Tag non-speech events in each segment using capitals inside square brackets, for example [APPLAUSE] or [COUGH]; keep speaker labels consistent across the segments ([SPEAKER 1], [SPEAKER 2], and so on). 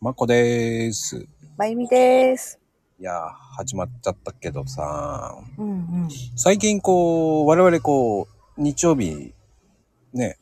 [SPEAKER 1] まこでーす。
[SPEAKER 2] まゆみです。
[SPEAKER 1] いやー、始まっちゃったけどさ、
[SPEAKER 2] うんうん。
[SPEAKER 1] 最近こう、我々こう、日曜日、ね、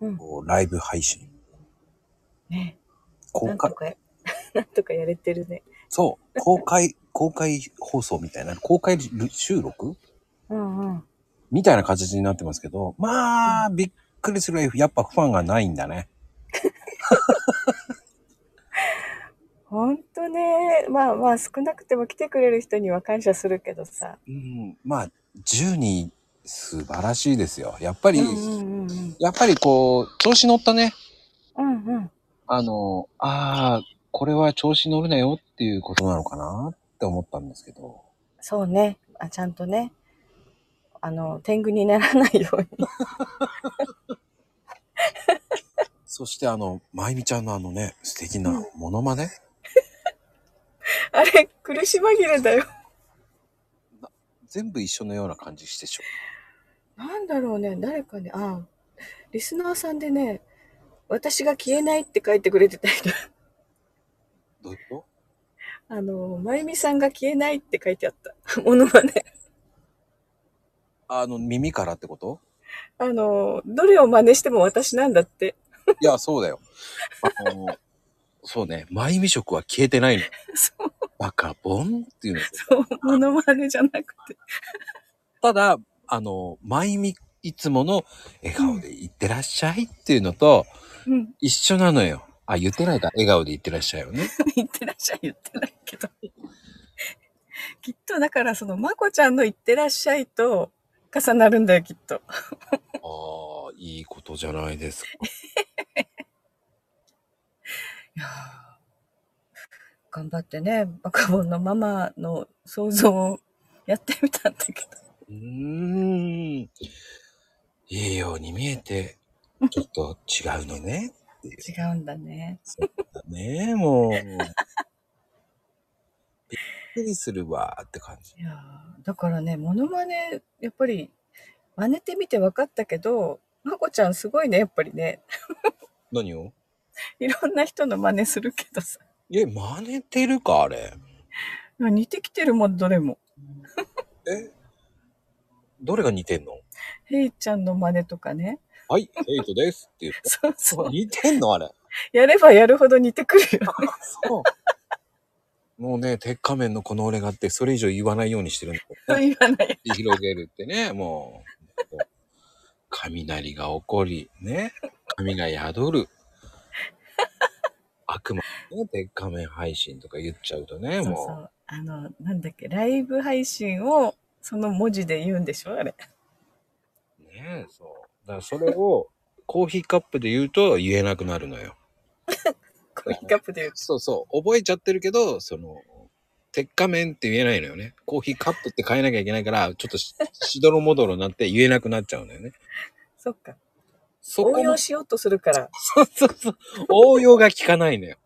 [SPEAKER 2] うん
[SPEAKER 1] こうライブ配信、
[SPEAKER 2] ね、な
[SPEAKER 1] 公
[SPEAKER 2] んと
[SPEAKER 1] 開、
[SPEAKER 2] かや、 [LAUGHS] なんとかやれてるね。
[SPEAKER 1] そう、公開、 [LAUGHS] 公開放送みたいな、公開収録
[SPEAKER 2] うんうん。
[SPEAKER 1] みたいな形になってますけど、まあ、びっくりするぐらいやっぱファンがないんだね。
[SPEAKER 2] ほんとね。まあまあ少なくても来てくれる人には感謝するけどさ。
[SPEAKER 1] うん、まあ、10人、素晴らしいですよ。やっぱ
[SPEAKER 2] う
[SPEAKER 1] り、
[SPEAKER 2] んうんうんうん。
[SPEAKER 1] やっぱりこう、調子乗ったね。
[SPEAKER 2] うんうん。
[SPEAKER 1] あの、ああ、これは調子乗るなよっていうことなのかなって思ったんですけど。
[SPEAKER 2] そうね。あ、ちゃんとね。あの、天狗にならないように。 [LAUGHS]
[SPEAKER 1] そしてあの、まゆみちゃんのあのね、素敵
[SPEAKER 2] う
[SPEAKER 1] なんモノマネ、
[SPEAKER 2] あれ、苦し紛れだよ。
[SPEAKER 1] 全部一緒のような感じしてしょ。
[SPEAKER 2] なんだろうね。誰かね。あ、リスナーさんでね、私が消えないって書いてくれてた人。
[SPEAKER 1] どういうこ
[SPEAKER 2] あの、まゆみさんが消えないって書いてあった。 [LAUGHS] ものまね。
[SPEAKER 1] とあの、耳からってこと [LAUGHS]
[SPEAKER 2] あの、どれを真似しても私なんだって。 [LAUGHS]
[SPEAKER 1] いや、そうだよ。あの、そうね、まゆみ色は消えてない [LAUGHS] の。
[SPEAKER 2] そう、
[SPEAKER 1] バカボンっていうの。
[SPEAKER 2] そう、モノマネじゃなくて。
[SPEAKER 1] ただ、あの、まゆみいつもの笑顔でいってらっしゃいっていうのと
[SPEAKER 2] うん。
[SPEAKER 1] 一緒なのよ。あ、言ってないか。笑顔でいってらっしゃいよね。
[SPEAKER 2] 言ってらっしゃい言ってないけど。きっとだからその、まこちゃんの言ってらっしゃいと重なるんだよ、きっと。
[SPEAKER 1] ああ、いいことじゃないですか。
[SPEAKER 2] いやー頑張ってね、バカボンのママの想像をやってみたんだけど。
[SPEAKER 1] うーん。いいように見えて、ちょっと違うのね。
[SPEAKER 2] 違うんだね。
[SPEAKER 1] ねえ、もう。びっくりするわーって感じ。
[SPEAKER 2] いやーだからね、モノマネ、やっぱり、真似てみて分かったけど、まこちゃんすごいね、やっぱりね。
[SPEAKER 1] 何を
[SPEAKER 2] いろんな人の真似するけどさ。 [LAUGHS]
[SPEAKER 1] え、真似てるかあれ。
[SPEAKER 2] 似てきてるもん、どれも。
[SPEAKER 1] えどれが似てんの
[SPEAKER 2] ヘイちゃんの真似とかね。 [LAUGHS]
[SPEAKER 1] はい、ヘイトですっていう。
[SPEAKER 2] そうそう。
[SPEAKER 1] 似てんのあれ。
[SPEAKER 2] やればやるほど似てくるよ。
[SPEAKER 1] そう。もうね、鉄仮面のこの俺がって、それ以上言わないようにしてるんだけ
[SPEAKER 2] [LAUGHS]
[SPEAKER 1] どね
[SPEAKER 2] と言わない。
[SPEAKER 1] 繰り広げるってね、 [LAUGHS] もう。雷が起こり、ね。神が宿
[SPEAKER 2] [LAUGHS]
[SPEAKER 1] る。悪魔ね、鉄仮面配信とか言っちゃうとね、
[SPEAKER 2] そう
[SPEAKER 1] もう。
[SPEAKER 2] そう。あの、なんだっけ、ライブ配信をその文字で言うんでしょあれ。 [LAUGHS]
[SPEAKER 1] ねえ、そう。だからそれを、コーヒーカップで言うと言えなくなるのよ。
[SPEAKER 2] コーヒーカップで言う。
[SPEAKER 1] そうそう。覚えちゃってるけど、その、鉄仮面って言えないのよね。コーヒーカップって変えなきゃいけないから、ちょっとししどろもどろになって言えなくなっちゃうのよね。
[SPEAKER 2] そっか。
[SPEAKER 1] そこ
[SPEAKER 2] 応
[SPEAKER 1] も
[SPEAKER 2] 用しようとするから。
[SPEAKER 1] そうそうそう。応用が効かないのよ。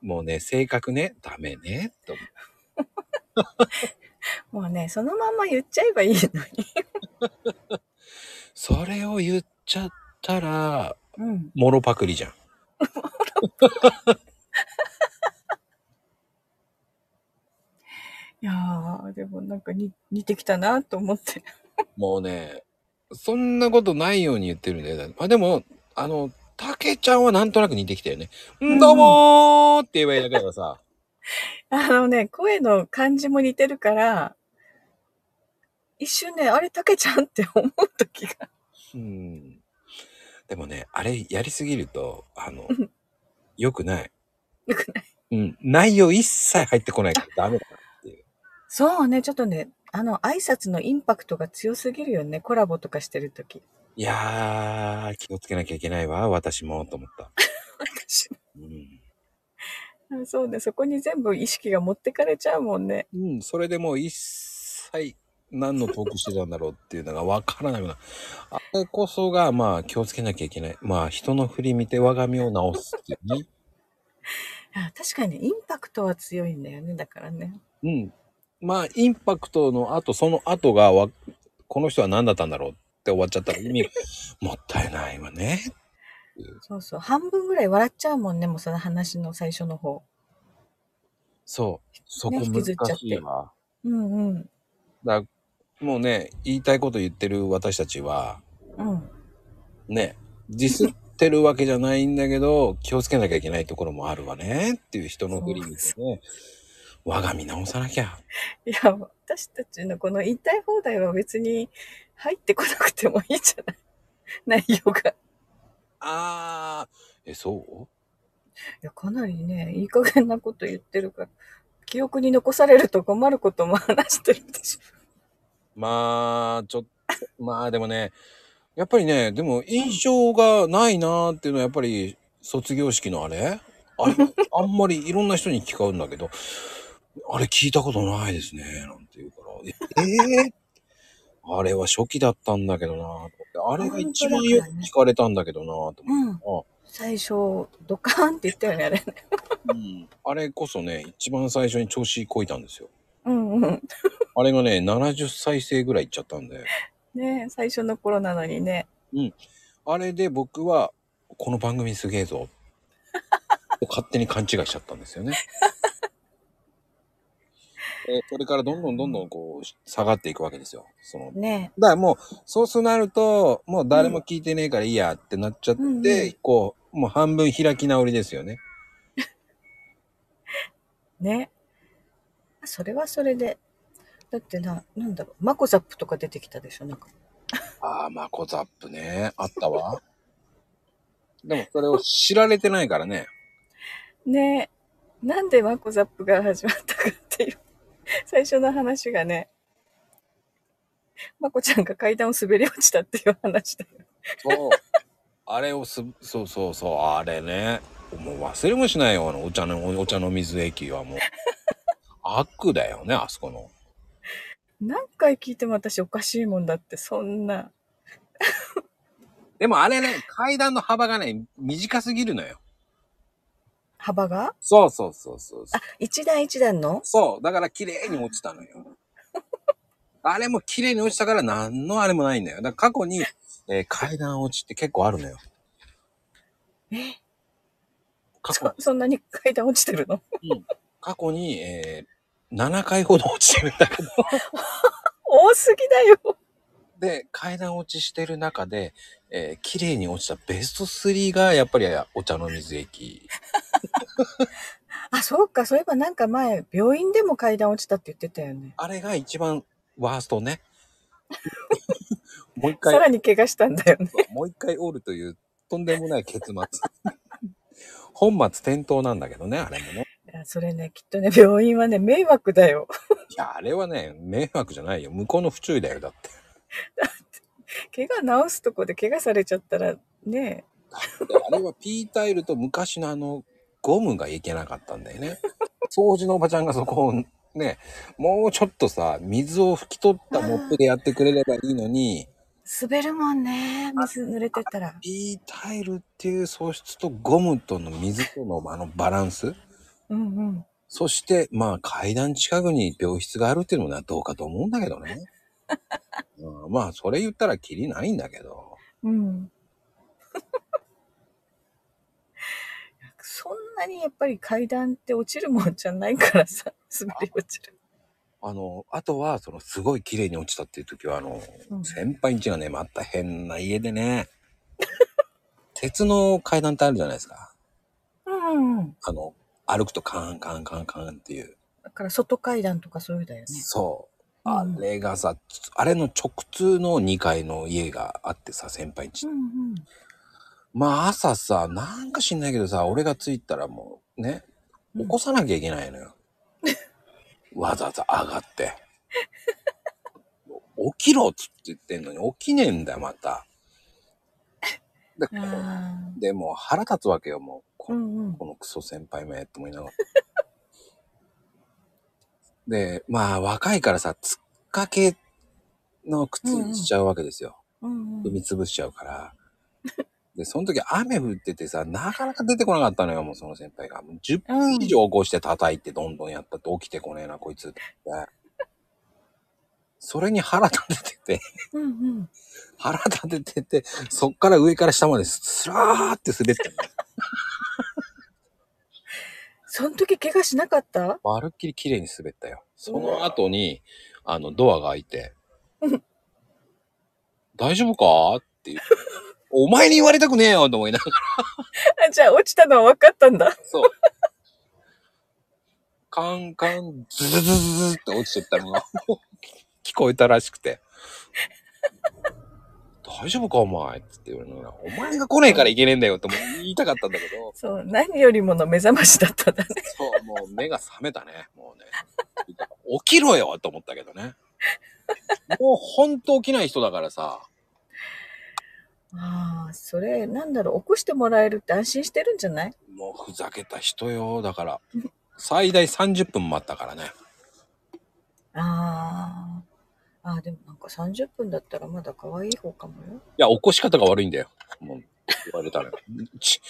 [SPEAKER 1] もうね、性格ね、ダメね、と。
[SPEAKER 2] もうね、そのまんま言っちゃえばいいのに。
[SPEAKER 1] それを言っちゃったら、
[SPEAKER 2] うん。
[SPEAKER 1] もろパクリじゃん。
[SPEAKER 2] いやー、でもなんかに似てきたなと思って。 [LAUGHS]
[SPEAKER 1] もうね、そんなことないように言ってるんだよ。まあでも、あの、たけちゃんはなんとなく似てきたよね。
[SPEAKER 2] うん
[SPEAKER 1] んどうもーって言えばいいだけだからさ。
[SPEAKER 2] あのね、声の感じも似てるから、一瞬ね、あれ、たけちゃんって思う時が。
[SPEAKER 1] うん。でもね、あれやりすぎると、あ
[SPEAKER 2] [LAUGHS]
[SPEAKER 1] の
[SPEAKER 2] うん、
[SPEAKER 1] 良くない。
[SPEAKER 2] 良くない。
[SPEAKER 1] うん。内容一切入ってこないからダメだなっていう。
[SPEAKER 2] [LAUGHS] そうね、ちょっとね、あの、挨拶のインパクトが強すぎるよね、コラボとかしてる時
[SPEAKER 1] いやー、気をつけなきゃいけないわ、私も、と思った。
[SPEAKER 2] 私
[SPEAKER 1] うん。
[SPEAKER 2] もそうね、そこに全部意識が持ってかれちゃうもんね。
[SPEAKER 1] うん、それでもう一切何のトークしてたんだろうっていうのがわからないような。あれこそが、まあ、気をつけなきゃいけない。まあ、人の振り見て我が身を直すっていうね。
[SPEAKER 2] あ確かにね、インパクトは強いんだよね、だからね。
[SPEAKER 1] うん。まあ、インパクトの後、その後がわ、この人は何だったんだろうって終わっちゃったら意味、もったいないわね。
[SPEAKER 2] そうそう。半分ぐらい笑っちゃうもんね、もうその話の最初の方。
[SPEAKER 1] そう。そこ
[SPEAKER 2] ね引きずっちゃ
[SPEAKER 1] 難
[SPEAKER 2] って
[SPEAKER 1] しいわ。
[SPEAKER 2] うんうん。
[SPEAKER 1] だからもうね、言いたいこと言ってる私たちは、
[SPEAKER 2] うん。
[SPEAKER 1] ね、ディスってるわけじゃないんだけど、気をつけなきゃいけないところもあるわねっていう人の振り見てね、我が身直さなきゃ。
[SPEAKER 2] いや、私たちのこの言いたい放題は別に入ってこなくてもいい [LAUGHS] じゃない。内容が。い
[SPEAKER 1] あー、え、そう
[SPEAKER 2] や、かなりね、いい加減なこと言ってるから、記憶に残されると困ることも話してるでし
[SPEAKER 1] まあ、ちょっと、まあでもね、やっぱりね、でも印象がないなーっていうのはやっぱり卒業式のあれあ [LAUGHS] れあんまりいろんな人に聞かうんだけど、あれ聞いたことないですね、なんて言うから、ええー、あれは初期だったんだけどなーと思って、あれが一番よく聞かれたんだけどなーと
[SPEAKER 2] ょ。
[SPEAKER 1] 思って。
[SPEAKER 2] うん。最初、ドカーンって言ったよね、あれ。
[SPEAKER 1] あうんあれこそね、一番最初に調子こいたんですよ。
[SPEAKER 2] うんうん。
[SPEAKER 1] あれがね、70再生ぐらいいっちゃったんで。
[SPEAKER 2] ね最初の頃なのにね。
[SPEAKER 1] あれで僕は、この番組すげえ
[SPEAKER 2] [LAUGHS]
[SPEAKER 1] ぞ。勝手に勘違いしちゃったんですよね。えーそれからどんどんどんどんこう、下がっていくわけですよ。その、だか
[SPEAKER 2] ね
[SPEAKER 1] らもう、そうするなると、もう誰も聞いてねえからいいやってなっちゃって、
[SPEAKER 2] うんうん
[SPEAKER 1] こう、もう半分開き直りですよね。
[SPEAKER 2] ねそれはそれで。だってな、なんだろう、マコザップとか出てきたでしょ、なんか。
[SPEAKER 1] ああ、マコザップね。あったわ。でもそれを知られてないからね。
[SPEAKER 2] ねなんでマコザップが始まったかっていう、最初の話がね、マコちゃんが階段を滑り落ちたっていう話だよ。
[SPEAKER 1] そう。あれをす、そうそうそう、あれね。もう忘れもしないよ、あの、お茶の、お茶の水駅はもう。悪だよね、あそこの。
[SPEAKER 2] 何回聞いても私おかしいもんだって、そんな。
[SPEAKER 1] でもあれね、階段の幅がね、短すぎるのよ。
[SPEAKER 2] 幅が
[SPEAKER 1] そうそうそうそうそ
[SPEAKER 2] あ
[SPEAKER 1] う。、
[SPEAKER 2] 一段一段の
[SPEAKER 1] そう、だから綺麗に落ちたのよ。あれも綺麗に落ちたから何のあれもないんだよ。だから過去に、えー階段落ちって結構あるのよ。
[SPEAKER 2] え
[SPEAKER 1] 過去
[SPEAKER 2] そ、そんなに階段落ちてるの [LAUGHS]
[SPEAKER 1] 過去に、えー7回ほど落ちてるんだけど。
[SPEAKER 2] 多すぎだよ。
[SPEAKER 1] で階段落ちしてる中で、えー、綺麗に落ちたベスト3がやっぱりお茶の水駅
[SPEAKER 2] あ、そうか、そういえばなんか前、病院でも階段落ちたって言ってたよね。
[SPEAKER 1] あれが一番ワーストね [LAUGHS] もう一
[SPEAKER 2] さ
[SPEAKER 1] 回
[SPEAKER 2] らに怪我したんだよね。
[SPEAKER 1] もう一回折るというとんでもない結末本末転倒なんだけどねあれもね
[SPEAKER 2] いやそれね、きっとね、病院はね、迷惑だよ。
[SPEAKER 1] いやあれはね迷惑じゃないよ向こうの不注意だよだって
[SPEAKER 2] 怪我治すとこで怪我されちゃったら、ね
[SPEAKER 1] であれはピータイルと昔のあのゴムがいけなかったんだよね。掃除のおばちゃんがそこをね、もうちょっとさ、水を拭き取ったモップでやってくれればいいのに、
[SPEAKER 2] 滑るもんね、水濡れてたら。
[SPEAKER 1] ピータイルっていう素質とゴムとの水とのあのバランス、
[SPEAKER 2] うんうん。
[SPEAKER 1] そしてまあ階段近くに病室があるっていうのはどうかと思うんだけどね。うん、まあそれ言ったらキリないんだけど。
[SPEAKER 2] うん。そんなにやっぱり階段って落ちるもんじゃないからさ、 [LAUGHS] 滑り落ちる。
[SPEAKER 1] あの、あとは、その、すごい綺麗に落ちたっていう時は、あの、
[SPEAKER 2] うん
[SPEAKER 1] 先輩ん家がね、また変な家でね、 [LAUGHS] 鉄の階段ってあるじゃないですか。
[SPEAKER 2] うんうん。
[SPEAKER 1] あの、歩くとカーンカーンカーンカーンっていう。
[SPEAKER 2] だから外階段とかそういうだよね。
[SPEAKER 1] そう。
[SPEAKER 2] うん
[SPEAKER 1] あれがさ、つあれの直通の2階の家があってさ、先輩ん
[SPEAKER 2] う
[SPEAKER 1] 家。
[SPEAKER 2] んうん。
[SPEAKER 1] まあ、朝さ、なんか知んないけどさ、俺が着いたらもう、ね、起こさなきゃいけないの [LAUGHS] よ。わざわざ上がって。起きろっつって言ってんのに起きねえんだよ、また。でこ
[SPEAKER 2] ああ。
[SPEAKER 1] でもう腹立つわけよ、もう。こ
[SPEAKER 2] うんうん。
[SPEAKER 1] このクソ先輩めって思いながら。で、まあ若いからさ、つっかけの靴にしちゃうわけですよ。
[SPEAKER 2] うんう
[SPEAKER 1] 踏
[SPEAKER 2] ん。
[SPEAKER 1] みつぶしちゃうから。で、その時雨降っててさ、なかなか出てこなかったのよ、もうその先輩が。もう10分以上起こして叩いてどんどんやったって起きてこねえな、こいつって。それに腹立ててて、
[SPEAKER 2] うんうん。
[SPEAKER 1] 腹立ててて、そっから上から下まですスラーって滑ってんの。
[SPEAKER 2] その時怪我しなかった
[SPEAKER 1] まるっきり綺麗に滑ったよ。その後に、あの、ドアが開いて
[SPEAKER 2] うん、
[SPEAKER 1] 大丈夫かっていう。お前に言われたくねえよと思いながら、
[SPEAKER 2] あ [LAUGHS] じゃあ落ちたのは分かったん [LAUGHS] だ。
[SPEAKER 1] そう。カンカン、ズズズズズって落ちてったのが、もう聞こえたらしくて。大丈夫かお前って言われながら、お前が来ねえからいけねえんだよってもう言いたかったんだけど、
[SPEAKER 2] そう、何よりもの目覚ましだったんだね。
[SPEAKER 1] そう、もう目が覚めたね。もうね。起きろよと思ったけどね。もうほんと起きない人だからさ。
[SPEAKER 2] ああ、それ、なんだろう、起こしてもらえるって安心してるんじゃない
[SPEAKER 1] もうふざけた人よ。だから、最大30分待ったからね。
[SPEAKER 2] ああ。ああ、でもなんか30分だったらまだ可愛い方かもよ。
[SPEAKER 1] いや、起こし方が悪いんだよ。もう、言われたら。ち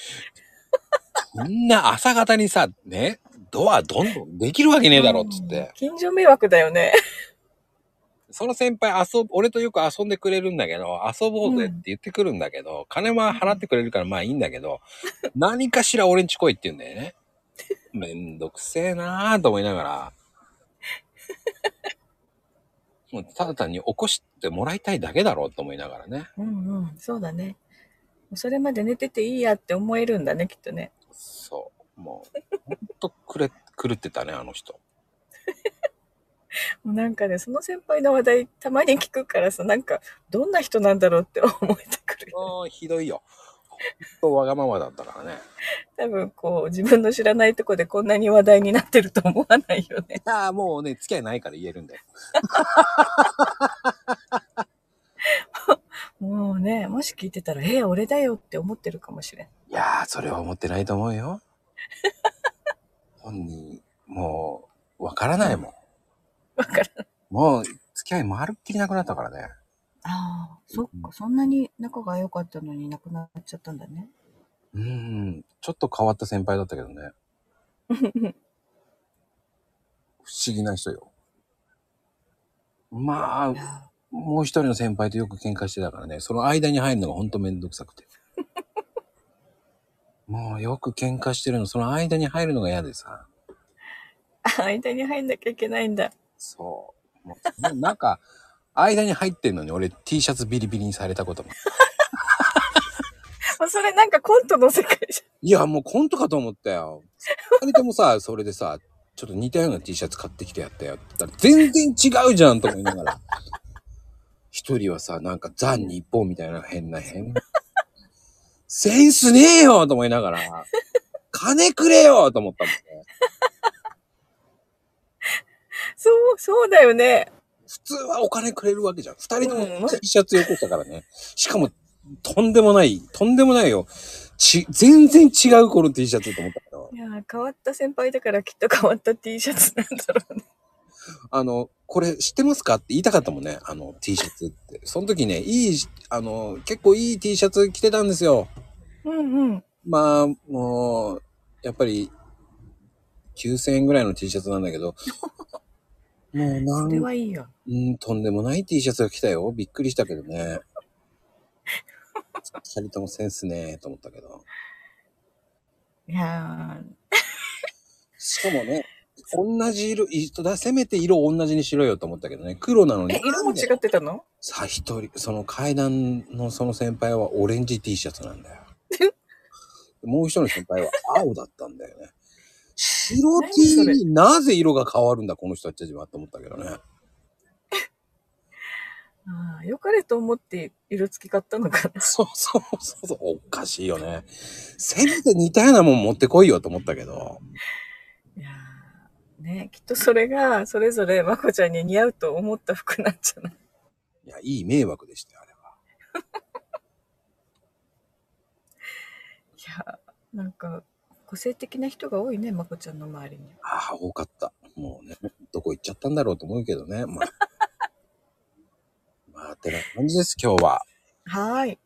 [SPEAKER 1] こんな朝方にさ、ね、ドアどんどんできるわけねえだろっつっ
[SPEAKER 2] うん
[SPEAKER 1] て。
[SPEAKER 2] 近所迷惑だよね。
[SPEAKER 1] その先輩遊ぶ、俺とよく遊んでくれるんだけど、遊ぼうぜって言ってくるんだけど、金は払ってくれるからまあいいんだけど、何かしら俺んち来いって言うんだよね。めんどくせえなぁと思いながら、もうただ単に起こしてもらいたいだけだろうと思いながらね。
[SPEAKER 2] うんうん、そうだね。それまで寝てていいやって思えるんだね、きっとね。
[SPEAKER 1] そう。もう、ほんとくれ、狂ってたね、あの人。
[SPEAKER 2] もうなんかね、その先輩の話題たまに聞くからさ、なんか、どんな人なんだろうって思えてくるよ。
[SPEAKER 1] もうひどいよ。ほんとわがままだったからね。
[SPEAKER 2] 多分こう、自分の知らないとこでこんなに話題になってると思わないよね。
[SPEAKER 1] ああ、もうね、付き合いないから言えるんだよ。
[SPEAKER 2] もうね、もし聞いてたら、えー、俺だよって思ってるかもしれん。
[SPEAKER 1] いやー、それは思ってないと思うよ。本人、もう、わからないもん。
[SPEAKER 2] わからん。
[SPEAKER 1] もう、付き合いまるっきりなくなったからね。
[SPEAKER 2] ああ、そっ
[SPEAKER 1] う
[SPEAKER 2] か、そんなに仲が良かったのになくなっちゃったんだね。
[SPEAKER 1] うーん、ちょっと変わった先輩だったけど [LAUGHS] ね。不思議な人よ。まあ、もう一人の先輩とよく喧嘩してたからね、その間に入るのがほんとめんどくさく [LAUGHS] て。もうよく喧嘩してるの、その間に入るのが嫌でさ。
[SPEAKER 2] あ [LAUGHS] 間に入んなきゃいけないんだ。
[SPEAKER 1] そう。もうななんか、間に入ってんのに俺 T シャツビリビリにされたことも。
[SPEAKER 2] もうそれなんかコントの世界じ
[SPEAKER 1] いや、もうコントかと思ったよ。二人ともさ、 [LAUGHS] それでさ、ちょっと似たような T シャツ買ってきてやったよって言ったら、全然違うじゃんと思いながら。一人はさ、なんかザ・日本みたいな変な変な。センスねえよと思いながら、金くれよと思ったもんね。
[SPEAKER 2] ゃん。そう、そうだよね。
[SPEAKER 1] 普通はお金くれるわけじゃん。二人と
[SPEAKER 2] うん
[SPEAKER 1] も
[SPEAKER 2] まあ
[SPEAKER 1] T シャツよこしたからね。しかも、とんでもない、とんでもないよ。ち、全然違うこの T シャツと思ったけど。
[SPEAKER 2] いやー、変わった先輩だからきっと変わった T シャツなんだろうね。
[SPEAKER 1] あの、これ知ってますかって言いたかったもんね。あの T シャツって。その時ね、いい、あの、結構いい T シャツ着てたんですよ。
[SPEAKER 2] うんうん。
[SPEAKER 1] まあ、もう、やっぱり、9000円ぐらいの T シャツなんだけど、 [LAUGHS] もうな
[SPEAKER 2] そ
[SPEAKER 1] ん
[SPEAKER 2] れはいいよ。
[SPEAKER 1] うん、とんでもない T シャツが来たよ。びっくりしたけどね。 [LAUGHS] 二人ともセンスねえと思ったけど。
[SPEAKER 2] いやー
[SPEAKER 1] しかもね、同じ色、いだせめて色を同じにしろよと思ったけどね。黒なのに。
[SPEAKER 2] え、色も
[SPEAKER 1] なんで
[SPEAKER 2] 違ってたの
[SPEAKER 1] さ、一人、その階段のその先輩はオレンジ T シャツなんだよ。もう一人の先輩は青だったんだよね。白 T
[SPEAKER 2] 何そ
[SPEAKER 1] になぜ色が変わるんだ、この人たちはと思ったけどね。
[SPEAKER 2] ああ、良かれと思って色付き買ったのかな。
[SPEAKER 1] そうそうそうそう、おかしいよね。せめて似たようなもん持ってこいよと思ったけど。
[SPEAKER 2] いやーね、きっとそれが、それぞれまこちゃんに似合うと思った服なんじゃない
[SPEAKER 1] いや、いい迷惑でしたよ、あれは。
[SPEAKER 2] いやーなんか、個性的な人が多いね、まこちゃんの周りに。
[SPEAKER 1] ああ、多かった。もうね、どこ行っちゃったんだろうと思うけどね。まあ。まあ、てな感じです、今日は。
[SPEAKER 2] はーい。